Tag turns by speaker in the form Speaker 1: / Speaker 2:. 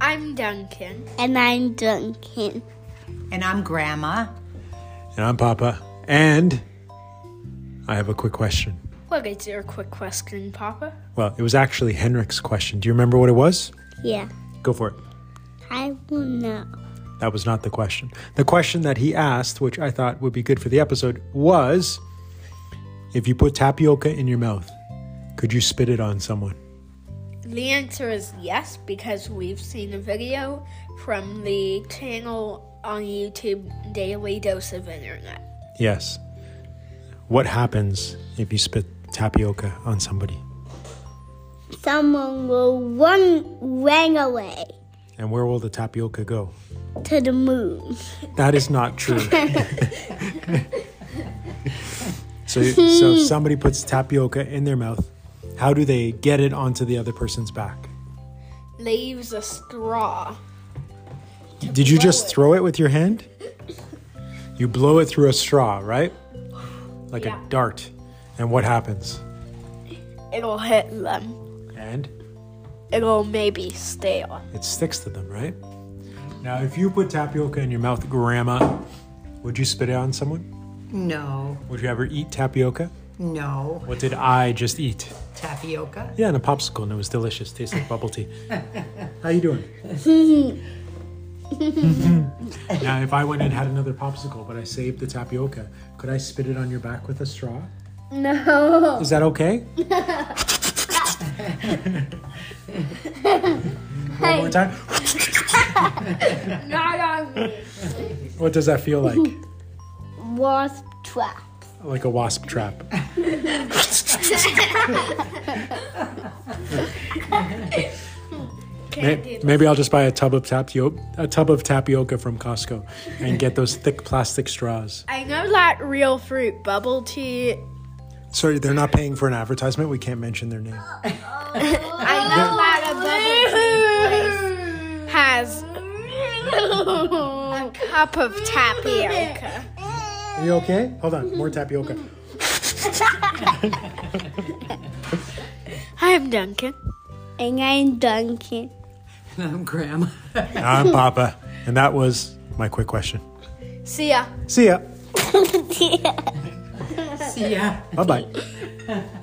Speaker 1: I'm Duncan.
Speaker 2: And I'm Duncan.
Speaker 3: And I'm Grandma.
Speaker 4: And I'm Papa. And I have a quick question.
Speaker 1: What is your quick question, Papa?
Speaker 4: Well, it was actually Henrik's question. Do you remember what it was?
Speaker 2: Yeah.
Speaker 4: Go for it.
Speaker 2: I will know.
Speaker 4: That was not the question. The question that he asked, which I thought would be good for the episode, was if you put tapioca in your mouth, could you spit it on someone?
Speaker 1: The answer is yes, because we've seen a video from the channel on YouTube, Daily Dose of Internet.
Speaker 4: Yes. What happens if you spit tapioca on somebody?
Speaker 2: Someone will run, run away
Speaker 4: And where will the tapioca go?
Speaker 2: to the moon.
Speaker 4: That is not true. so, so if somebody puts tapioca in their mouth, how do they get it onto the other person's back?
Speaker 1: They use a straw.
Speaker 4: Did you just throw it with your hand? You blow it through a straw, right? Like
Speaker 1: Yeah.
Speaker 4: a dart. And what happens?
Speaker 1: It'll hit them.
Speaker 4: And
Speaker 1: It'll maybe stale.
Speaker 4: it sticks to them, right? Now, if you put tapioca in your mouth, Grandma, would you spit it on someone?
Speaker 3: No,
Speaker 4: Would you ever eat tapioca?
Speaker 3: no.
Speaker 4: What did I just eat?
Speaker 3: Tapioca?
Speaker 4: Yeah, and a popsicle, and it was delicious. Tasted like bubble tea. How you doing? now, if I went and had another popsicle, but I saved the tapioca, could I spit it on your back with a straw?
Speaker 2: No.
Speaker 4: Is that okay? One more time.
Speaker 1: Not on me.
Speaker 4: What does that feel like?
Speaker 2: Wasp trap.
Speaker 4: Like a wasp trap. May- Maybe I'll just buy a tub of tapioca, a tub of tapioca from Costco, and get those thick plastic straws.
Speaker 1: I know that real fruit bubble tea.
Speaker 4: Sorry, they're not paying for an advertisement. We can't mention their name.
Speaker 1: I know that a bubble tea place has a cup of tapioca.
Speaker 4: Are you okay? Hold on, more tapioca.
Speaker 1: I'm Duncan.
Speaker 2: And I'm Duncan.
Speaker 3: And I'm Grandma.
Speaker 4: I'm Papa, and that was my quick question.
Speaker 1: See ya.
Speaker 4: See ya.
Speaker 3: See ya.
Speaker 4: Bye bye.